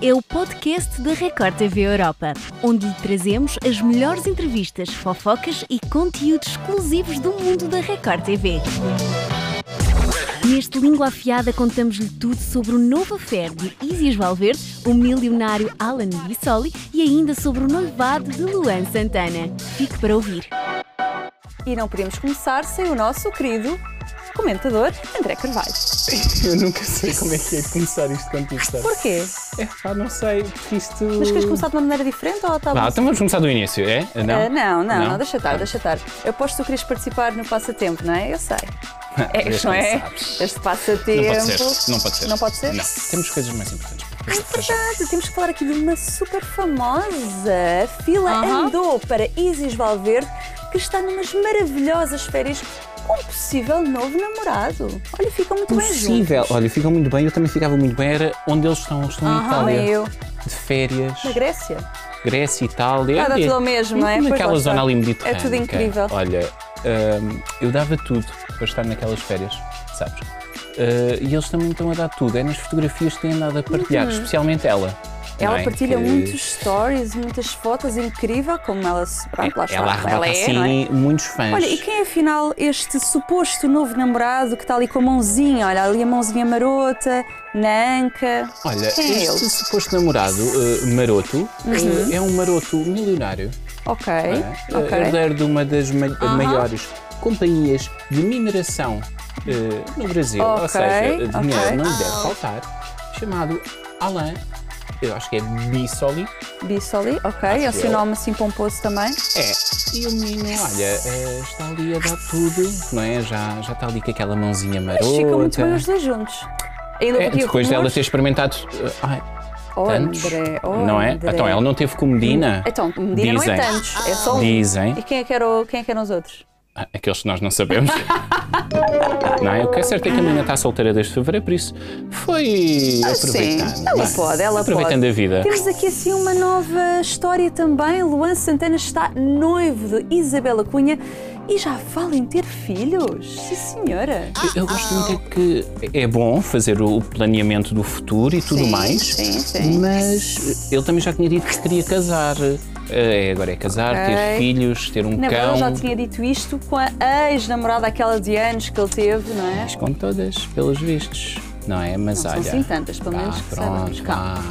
é o podcast da Record TV Europa, onde lhe trazemos as melhores entrevistas, fofocas e conteúdos exclusivos do mundo da Record TV. Neste Língua Afiada contamos-lhe tudo sobre o novo affair de Isis Valverde, o milionário Alan Bissoli e ainda sobre o noivado de Luan Santana. Fique para ouvir. E não podemos começar sem o nosso querido comentador André Carvalho. Eu nunca sei como é que é de começar isto quando começar. Porquê? É pá, não sei, porque isto. Mas queres começar de uma maneira diferente ou estava Ah, então vamos começar do início, é? Não? Ah, não, não, não, Não? deixa estar, deixa estar. Eu aposto que tu querias participar no passatempo, não é? Eu sei. É, vês não como é? sabes. Este passatempo. Não pode ser. Não pode ser. Não pode ser? Não. Temos coisas mais importantes. Ai, verdade, temos que falar aqui de uma super famosa. A fila Aham. andou para Isis Valverde, que está numas maravilhosas férias com um possível novo namorado. Olha, ficam muito bem juntos. Possível. Olha, ficam muito bem, eu também ficava muito bem. Era onde eles estão, eles estão na Como Itália. é eu, é De férias, na Grécia. Grécia, Itália. Ah, dá Olha, tudo ao mesmo, não é? Pois lá Naquela está. zona ali mediterrânea. É tudo incrível. Olha, hum, eu dava tudo para estar naquelas férias, sabes? Uh, e eles também estão a dar tudo. É nas fotografias que têm andado a partilhar, especialmente ela. não Uhum. Ela é? partilha Que- muitos stories, muitas fotos, incrível como ela se. Pronto, lá está, Ela como arrebata ela é, assim não é? muitos fãs. Olha, e quem é afinal este suposto novo namorado que está ali com a mãozinha? Olha, ali a mãozinha marota, na anca. Olha, quem é Uhum. este ele? suposto namorado eh, maroto eh, é um maroto milionário, Ok, não é? ok. Ah. Eh, herdeiro de uma das ma- maiores companhias de mineração eh, no Brasil. Ok, Ou seja, dinheiro ok. não lhe deve faltar, chamado Alain, eu acho que é Bissoli. Bissoli, ok. É o que seu é. nome assim pomposo também. É, e o menino, olha, eh, está ali a dar tudo, não é? Já, já está ali com aquela mãozinha marota. Mas ficam muito bem os dois juntos. Ainda É, porque depois rumores... dela ter experimentado. eh, ai, Oh, tantos, André, oh, não é? André. Então, ela não teve com Medina. Então, Medina não é Dizem. tantos, é só um. Dizem. E quem é que era o- quem é que eram os outros? Ah, Aqueles que nós não sabemos. não é? O que é certo é que a menina está solteira desde fevereiro, por isso foi aproveitando. Ah, Sim, não ela é? pode, ela aproveitando pode. a vida. Temos aqui assim uma nova história também. Luan Santana está noivo de Isabela Cunha e já fala em ter filhos. Sim, senhora. Eu- Eu gosto muito ah. é que é bom fazer o planeamento do futuro e tudo Sim, mais, Hum, sim, sim. mas ele também já tinha dito que queria casar. É, agora é casar, Ok. ter filhos, ter um Na verdade, cão. ele já tinha dito isto com a ex-namorada aquela de anos que ele teve, não é? Mas com todas, pelos vistos, não é? Mas Não são olha. assim tantas, pelo vá, menos que saibamos. pronto, Calma. vá,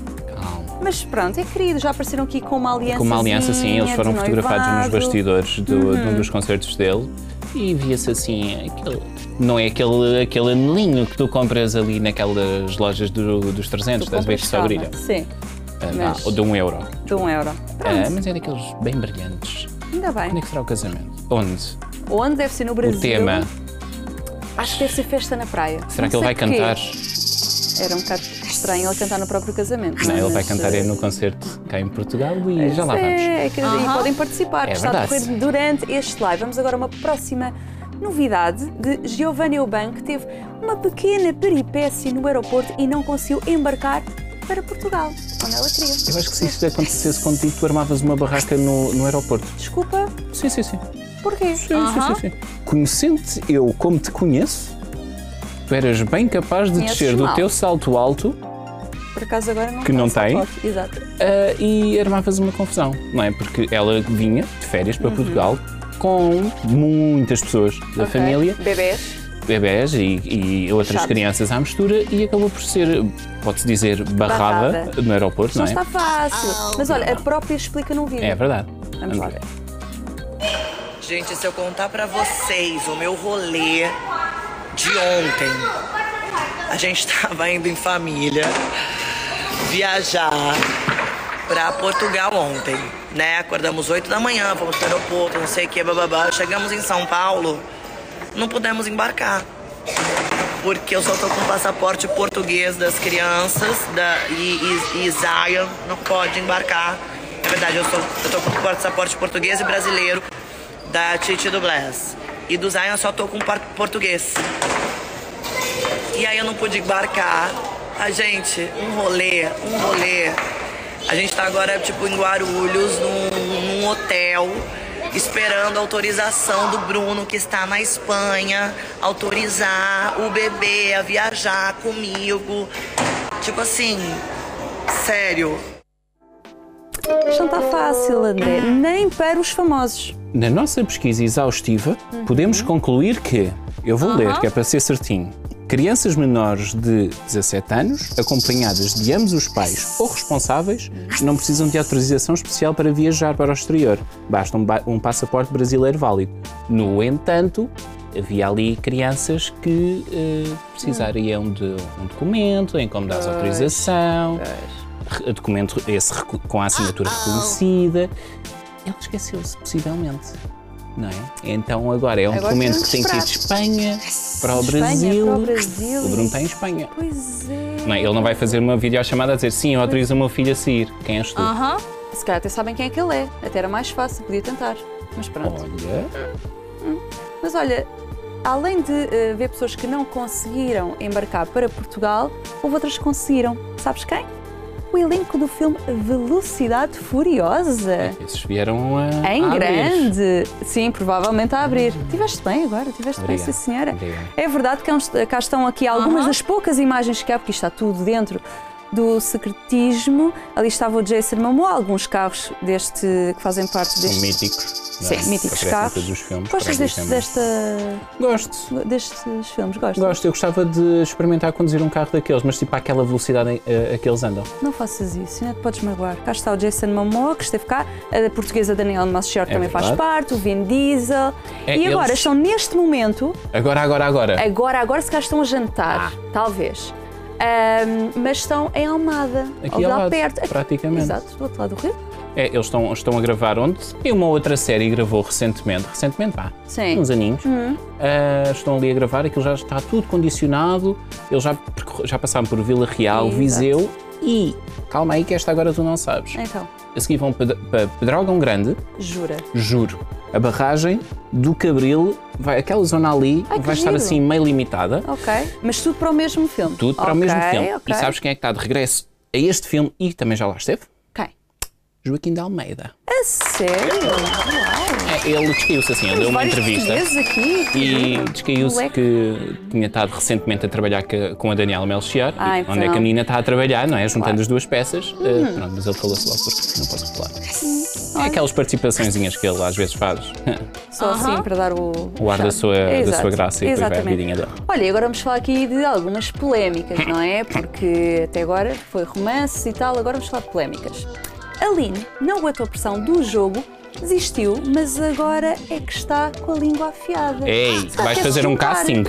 calma. Mas pronto, é querido, já apareceram aqui com uma aliança. Com uma aliança, sim, eles foram fotografados nos bastidores do- de Uhum. um dos concertos dele e via-se assim, aquele, não é aquele, aquele anelinho que tu compras ali naquelas lojas do- dos 300, estás a ver que só brilha. Sim, Ah, né? mas- Ou de um euro. de um euro. Ah, mas é daqueles bem brilhantes. Ainda Onde é bem. que será o casamento? Onde? Onde deve ser no Brasil? O tema. Acho que deve ser festa na praia. Será Não que ele sei vai porquê. cantar? Era um bocado estranho ele cantar no próprio casamento. Não, é? ele vai Mas, cantar eh, aí no concerto cá em Portugal e já lá é, vamos. é que- E podem participar, que É está a verdade. decorrer durante este live. Vamos agora a uma próxima novidade de Giovanni Oban, que teve uma pequena peripécia no aeroporto e não conseguiu embarcar para Portugal, onde ela queria. Eu acho que se isto acontecesse contigo, tu armavas uma barraca no, no aeroporto. Desculpa, Sim, sim, sim. porquê? Sim, sim, sim, sim. Conhecendo-te eu como te conheço, tu eras bem capaz de Conheces descer mal. do teu salto alto Por acaso agora não Que não faço a tem. foto. Exato. ah, e armavas uma confusão, não é? Porque ela vinha de férias para Portugal com muitas pessoas da Uhum. Ok. família, Bebês. bebés e, e outras Chato. crianças à mistura e acabou por ser, pode-se dizer, barrada, Barrada. no aeroporto, Não não, está é? fácil. Mas olha, a própria explica num vídeo. É verdade. Vamos lá ver. Gente, se eu contar pra vocês o meu rolê de ontem, a gente tava indo em família viajar pra Portugal ontem, né? Acordamos 8 da manhã, fomos pro aeroporto, não sei o que, bababá. Chegamos em São Paulo, não pudemos embarcar. Porque eu só tô com o passaporte português das crianças da, e, e, e Zion não pode embarcar. Na verdade, eu, sou, eu tô com o passaporte português e brasileiro da Titi do Blas. E do Zion eu só tô com par- português. E aí eu não pude embarcar. A gente, um rolê, um rolê. A gente tá agora, tipo, em Guarulhos, num, num hotel, esperando a autorização do Bruno, que está na Espanha, autorizar o bebê a viajar comigo. Tipo assim, Sério. Isto não está fácil, André. Nem para os famosos. Na nossa pesquisa exaustiva, podemos concluir que, eu vou ler, que é para ser certinho, crianças menores de 17 anos, acompanhadas de ambos os pais ou responsáveis, não precisam de autorização especial para viajar para o exterior. Basta um, ba- um passaporte brasileiro válido. No entanto, havia ali crianças que eh, precisariam de um documento, em como dás autorização, re- documento esse recu- com a Ah, assinatura reconhecida. oh. Ela esqueceu-se, possivelmente. Não é? Então agora é um Agora documento temos que tem que ir de Espanha para o Espanha, Brasil. para o Brasil. O Bruno está em Espanha. Pois é. Não, é? ele não vai fazer uma videochamada a dizer sim, eu autorizo o meu filho a sair. Quem és tu? Aham. Se calhar até sabem quem é que ele é. Até era mais fácil, podia tentar. Mas pronto. Olha, Mas olha, além de eh, ver pessoas que não conseguiram embarcar para Portugal, houve outras que conseguiram. Sabes quem? O elenco do filme Velocidade Furiosa. esses vieram a. Em a abrir. Uhum. grande! Sim, provavelmente a abrir. Tiveste bem agora, tiveste bem, Obrigado. sim senhora. Obrigado. É verdade que há uns- cá estão aqui algumas das poucas imagens que há, porque isto está tudo dentro do secretismo. Ali estava o Jason Momoa, alguns carros deste que fazem parte São deste. míticos. não é? Sim, míticos Aparecem em carros. todos os filmes, Gostas deste, praticamente. desta, Gosto. destes filmes? Gosto. Gosto, eu gostava de experimentar conduzir um carro daqueles, mas tipo àquela velocidade em- eh, a, a que eles andam. Não faças isso, ainda te podes magoar. Cá está o Jason Momoa, que esteve cá, a portuguesa Daniela Maschior que É também faz verdade. parte, o Vin Diesel. É, e agora eles- estão neste momento, Agora, agora, agora. agora, agora se cá estão a jantar, Ah. talvez. Ahm, mas estão em Almada, Aqui ou ao lá lado, perto. praticamente. Exato, do outro lado do rio. É, eles estão, estão a gravar onde? E uma outra série gravou recentemente. Recentemente, pá. Sim. Hum. Uns aninhos. Ah, estão ali a gravar, aquilo já está tudo condicionado. Eles já, percorre- já passaram por Vila Real, Exato. Viseu e. Calma aí, que esta agora tu não sabes. Então, A seguir vão para para Pedrógão Grande, jura. juro. A barragem do Cabril, vai, aquela zona ali, Ai, que vai estar giro. assim meio limitada. Ok. Mas tudo para o mesmo filme. Tudo para o Ok, mesmo filme. ok. E sabes quem é que está de regresso a este filme e também já lá esteve? Quem? Joaquim de Almeida. A sério? É, ele descaiu-se assim, ele deu uma Vários entrevista. portugueses aqui. E Juro. descaiu-se Moleque. que tinha estado recentemente a trabalhar ca- com a Daniela Melchior, Ah, e então. Hum. onde é que a menina está a trabalhar, não é? Juntando as duas peças. Ah, pronto, mas ele falou-se logo porque não posso falar. É aquelas participaçõezinhas que ele às vezes faz. Só assim para dar o, O ar da sua, da Exato, sua graça e depois vai a exatamente. vidinha dele. Olha, e agora vamos falar aqui de algumas polémicas, não é? Porque até agora foi romance e tal, agora vamos falar de polémicas. Aline não aguentou a pressão do jogo, desistiu, mas agora é que está com a língua afiada. Ah, Ei, Se calhar vais quer fazer um soltar. casting?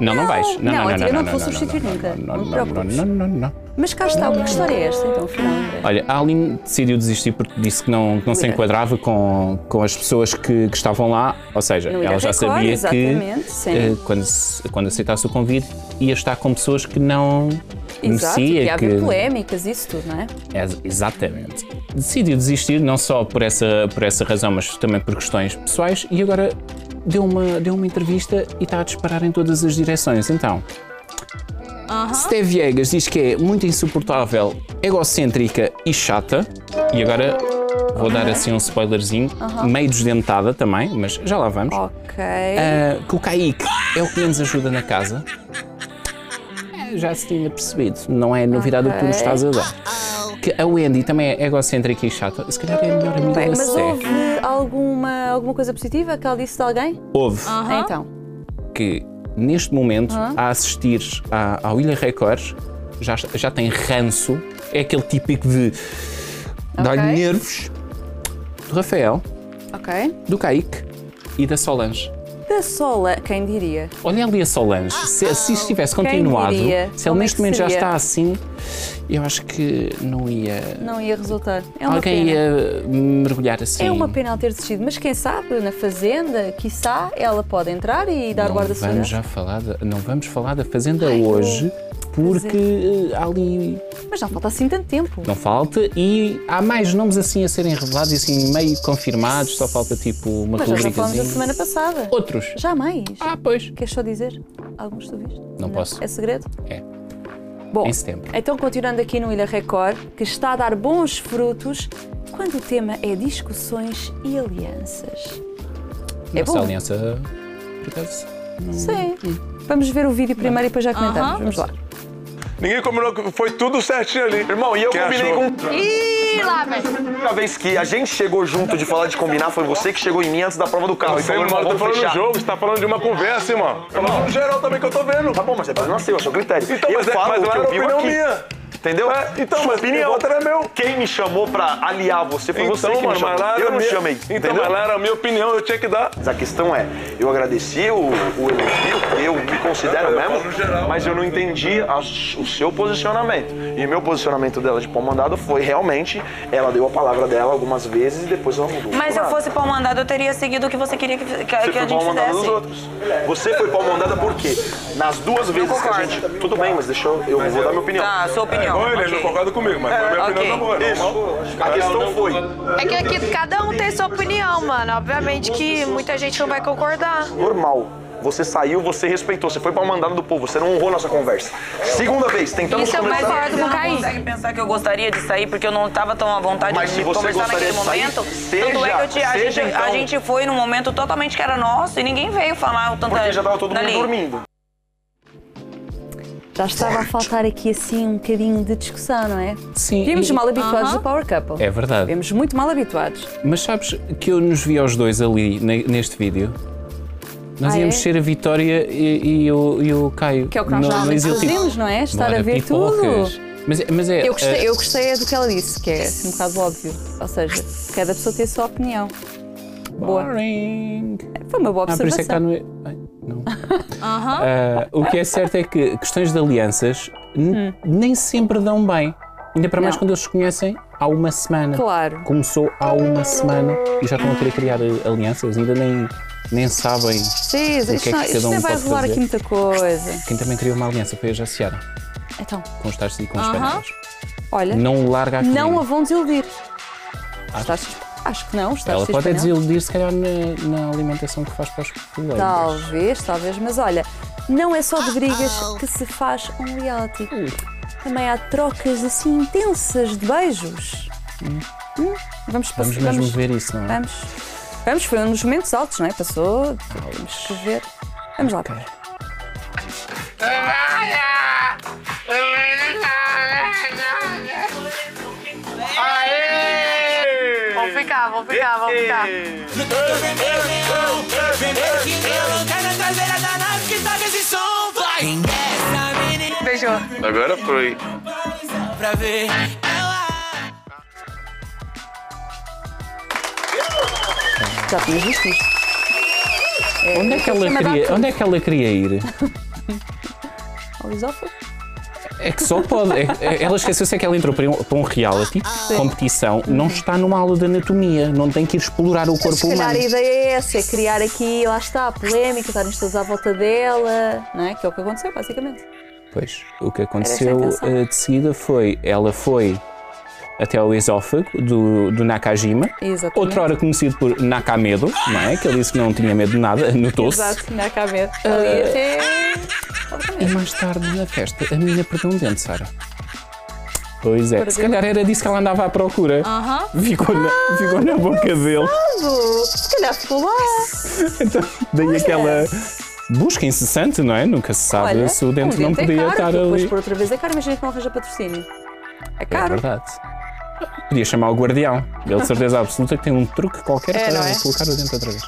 Não, não vais. Não, é não, eu não. não te vou não, substituir não, nunca. não, Não te não, preocupes. não, não, não. Mas cá está, que história é esta, então, Fernanda? Olha, a Aline decidiu desistir porque disse que não, que não se Ira. enquadrava com, com as pessoas que, que estavam lá, ou seja, No Ira ela já Record, sabia exatamente, que sim. eh, quando, se- quando aceitasse o convite ia estar com pessoas que não Exato, conhecia. e há é que- polémicas, isso tudo, não é? Ex- Exatamente. Decidiu desistir não só por essa, por essa razão, mas também por questões pessoais e agora deu uma, deu uma entrevista e está a disparar em todas as direções. Então, Steve Viegas diz que é muito insuportável, egocêntrica e chata. E agora vou dar assim um spoilerzinho, meio desdentada também, mas já lá vamos. Ok. Ah, que o Kaique é o que menos ajuda na casa. É, Já se tinha percebido, não é novidade o que tu nos Ok. estás a dar. Que a Wendy também é egocêntrica e chata. Se calhar é a melhor amiga Ah, Bem, da mas houve Sé. alguma, alguma coisa positiva que ela disse de alguém? Houve Então. que, neste momento, Ah. a assistir à- ao Ilha Record, já, já tem ranço. É aquele típico de. dá-lhe Ok. nervos. Do Rafael, Ok. do Kaique e da Solange. Da Sola, quem diria? Olha ali a Solange, se, se isto tivesse Ah, Quem continuado, diria? se ele Como é neste que momento já seria? está assim, eu acho que não ia. Não ia resultar. É uma Alguém pena. ia mergulhar assim. É uma pena ela ter desistido, mas quem sabe, na Fazenda, quiçá, ela pode entrar e dar Não guarda vamos segurança. já falar, da- não vamos falar da Fazenda hoje, porque eh, há ali Mas não falta assim tanto tempo. não falta e há mais nomes assim a serem revelados e assim meio confirmados, só falta tipo uma mas nós já falamos da rubricazinha. semana passada. Outros. Já mais. Ah, pois. Queres só dizer? Alguns tu viste? Não posso. É segredo? É. Bom, Em setembro. então continuando aqui no Ilha Record, que está a dar bons frutos quando o tema é discussões e alianças. É Nossa bom. aliança, por acaso. Hum. Sim. Vamos ver o vídeo primeiro e depois já comentamos. Vamos lá. Ninguém combinou, que foi tudo certinho ali. Irmão, e eu Quem combinei achou? com. Ih, lá, vem. A única vez que a gente chegou junto de falar de combinar foi você que chegou em mim antes da prova do carro. Você Então, não irmão, tá vamos falando do fechar. jogo, você tá falando de uma conversa, irmão. Falando no geral também que eu tô vendo. Tá bom, mas é problema seu, é seu critério. Então, eu mas é- falo mas o lá que era eu vi opinião aqui. minha. Entendeu? É, então, Sua mas o voto era meu. Quem me chamou pra aliar você foi Então, você que me chamou. eu não minha- chamei. Então, entendeu? mas lá era a minha opinião, eu tinha que dar. Mas a questão é, eu agradeci o, o elogio, eu me considero mesmo, mas eu não entendi a- o seu posicionamento. E o meu posicionamento dela de pau mandado foi realmente, ela deu a palavra dela algumas vezes e depois ela mudou. Mas se eu Nada. fosse pau mandado, eu teria seguido o que você queria que, que- que Você a foi gente é assim. pau mandada dos fizesse. outros. Você foi pau mandada por quê? Nas duas vezes que a concordo. gente. Tudo bem, mas deixa eu. Eu vou dar minha opinião. Tá, sua opinião. Ou ele ok. né? É, não concorda comigo, mas foi a minha ok. opinião tá boa. né? Isso. A questão foi. É que aqui cada um tem sua opinião, mano. Obviamente que muita gente não vai concordar. normal. Você saiu, você respeitou, você foi para o mandado do povo, você não honrou nossa conversa. Segunda vez, tentamos Isso é o mais conversar. forte. Você Vou não cair. consegue pensar que eu gostaria de sair porque eu não tava tão à vontade Mas de se você conversar gostaria naquele de sair, momento. seja- tanto é que eu te, a, seja, gente, a então. gente foi num momento totalmente que era nosso e ninguém veio falar o tanto Porque já tava todo mundo dali. dormindo. Já estava a faltar aqui assim um bocadinho de discussão, não é? Sim. Vimos mal habituados Aham. do Power Couple. É verdade. Vimos muito mal habituados. Mas sabes que eu nos vi aos dois ali ne- neste vídeo? Nós Ah, íamos é? ser a Vitória e, e o, e o Caio. Que é o que nós No- no realmente Executivo. fazemos, não é? Estar tipo, Bora, a ver pipocas. tudo. Mas, é- mas é. Eu gostei, é- eu gostei é do que ela disse, que é assim, um bocado óbvio. Ou seja, cada pessoa tem a sua opinião. Boa. Boring. Foi uma boa Ah, por isso é que observação. está no. Ai, não. Ah, o que é certo é que questões de alianças n- nem sempre dão bem. Ainda para mais Hum. Não. quando eles se conhecem há uma semana. Claro. Começou há uma semana e já estão a querer criar eh, alianças, ainda nem, nem sabem. Sim, O que é isto, que não, cada isto um não vai pode revelar fazer? aqui muita coisa. Quem também criou uma aliança foi a Jaciara, Então, com os tachos e com os espanhóis. olha, não, Não larga a a comida. vão desiludir. Os taxas- acho que não, os Ela taxas pode é espanhol. desiludir, se calhar, na, na alimentação que faz para os colegas. Talvez, talvez, mas olha, não é só de brigas que se faz um reality. Hum. Também há trocas assim intensas de beijos. Hum, Vamos, passar- Vamos mesmo ver isso, não é? Vamos. Vamos, foi um dos momentos altos, não é? Passou. Vamos ver. Vamos lá. Vão ficar, vão ficar, vão ficar. Beijou. Agora foi. Já tinhas visto isto. Onde é, que ela queria, onde é que ela queria ir? Ao isófago? É que só pode. é- é- ela esqueceu-se é que ela entrou para um, para um reality, competição, não está numa aula de anatomia, não tem que ir explorar o Se corpo calhar a humano. ideia é essa, é criar aqui, lá está, a polémica, estarem todos à volta dela, não é? Que é o que aconteceu, basicamente. Pois, o que Era aconteceu essa a intenção. eh, de seguida foi, ela foi até ao esófago do, do Nakajima, Exatamente. outrora conhecido por Nakamedo, não é? Que ele disse que não tinha medo de nada, notou-se. Exato, na cabeça. Eh, Ali até. E mais tarde na festa, a menina perdeu um dente, Sara. Pois é, se calhar era disso que ela andava à procura. Ficou, na, Ah, ficou na boca dele. é. Tudo! Se calhar ficou lá. Então, daí aquela busca incessante, não é? Nunca se sabe é. Olha, se o dente um não é podia caro, estar depois ali. por outra vez é caro, imagina que não arranja patrocínio. É É caro. verdade. Podia chamar o guardião. Ele de certeza absoluta que tem um truque qualquer É, para não é? colocar o dente outra vez.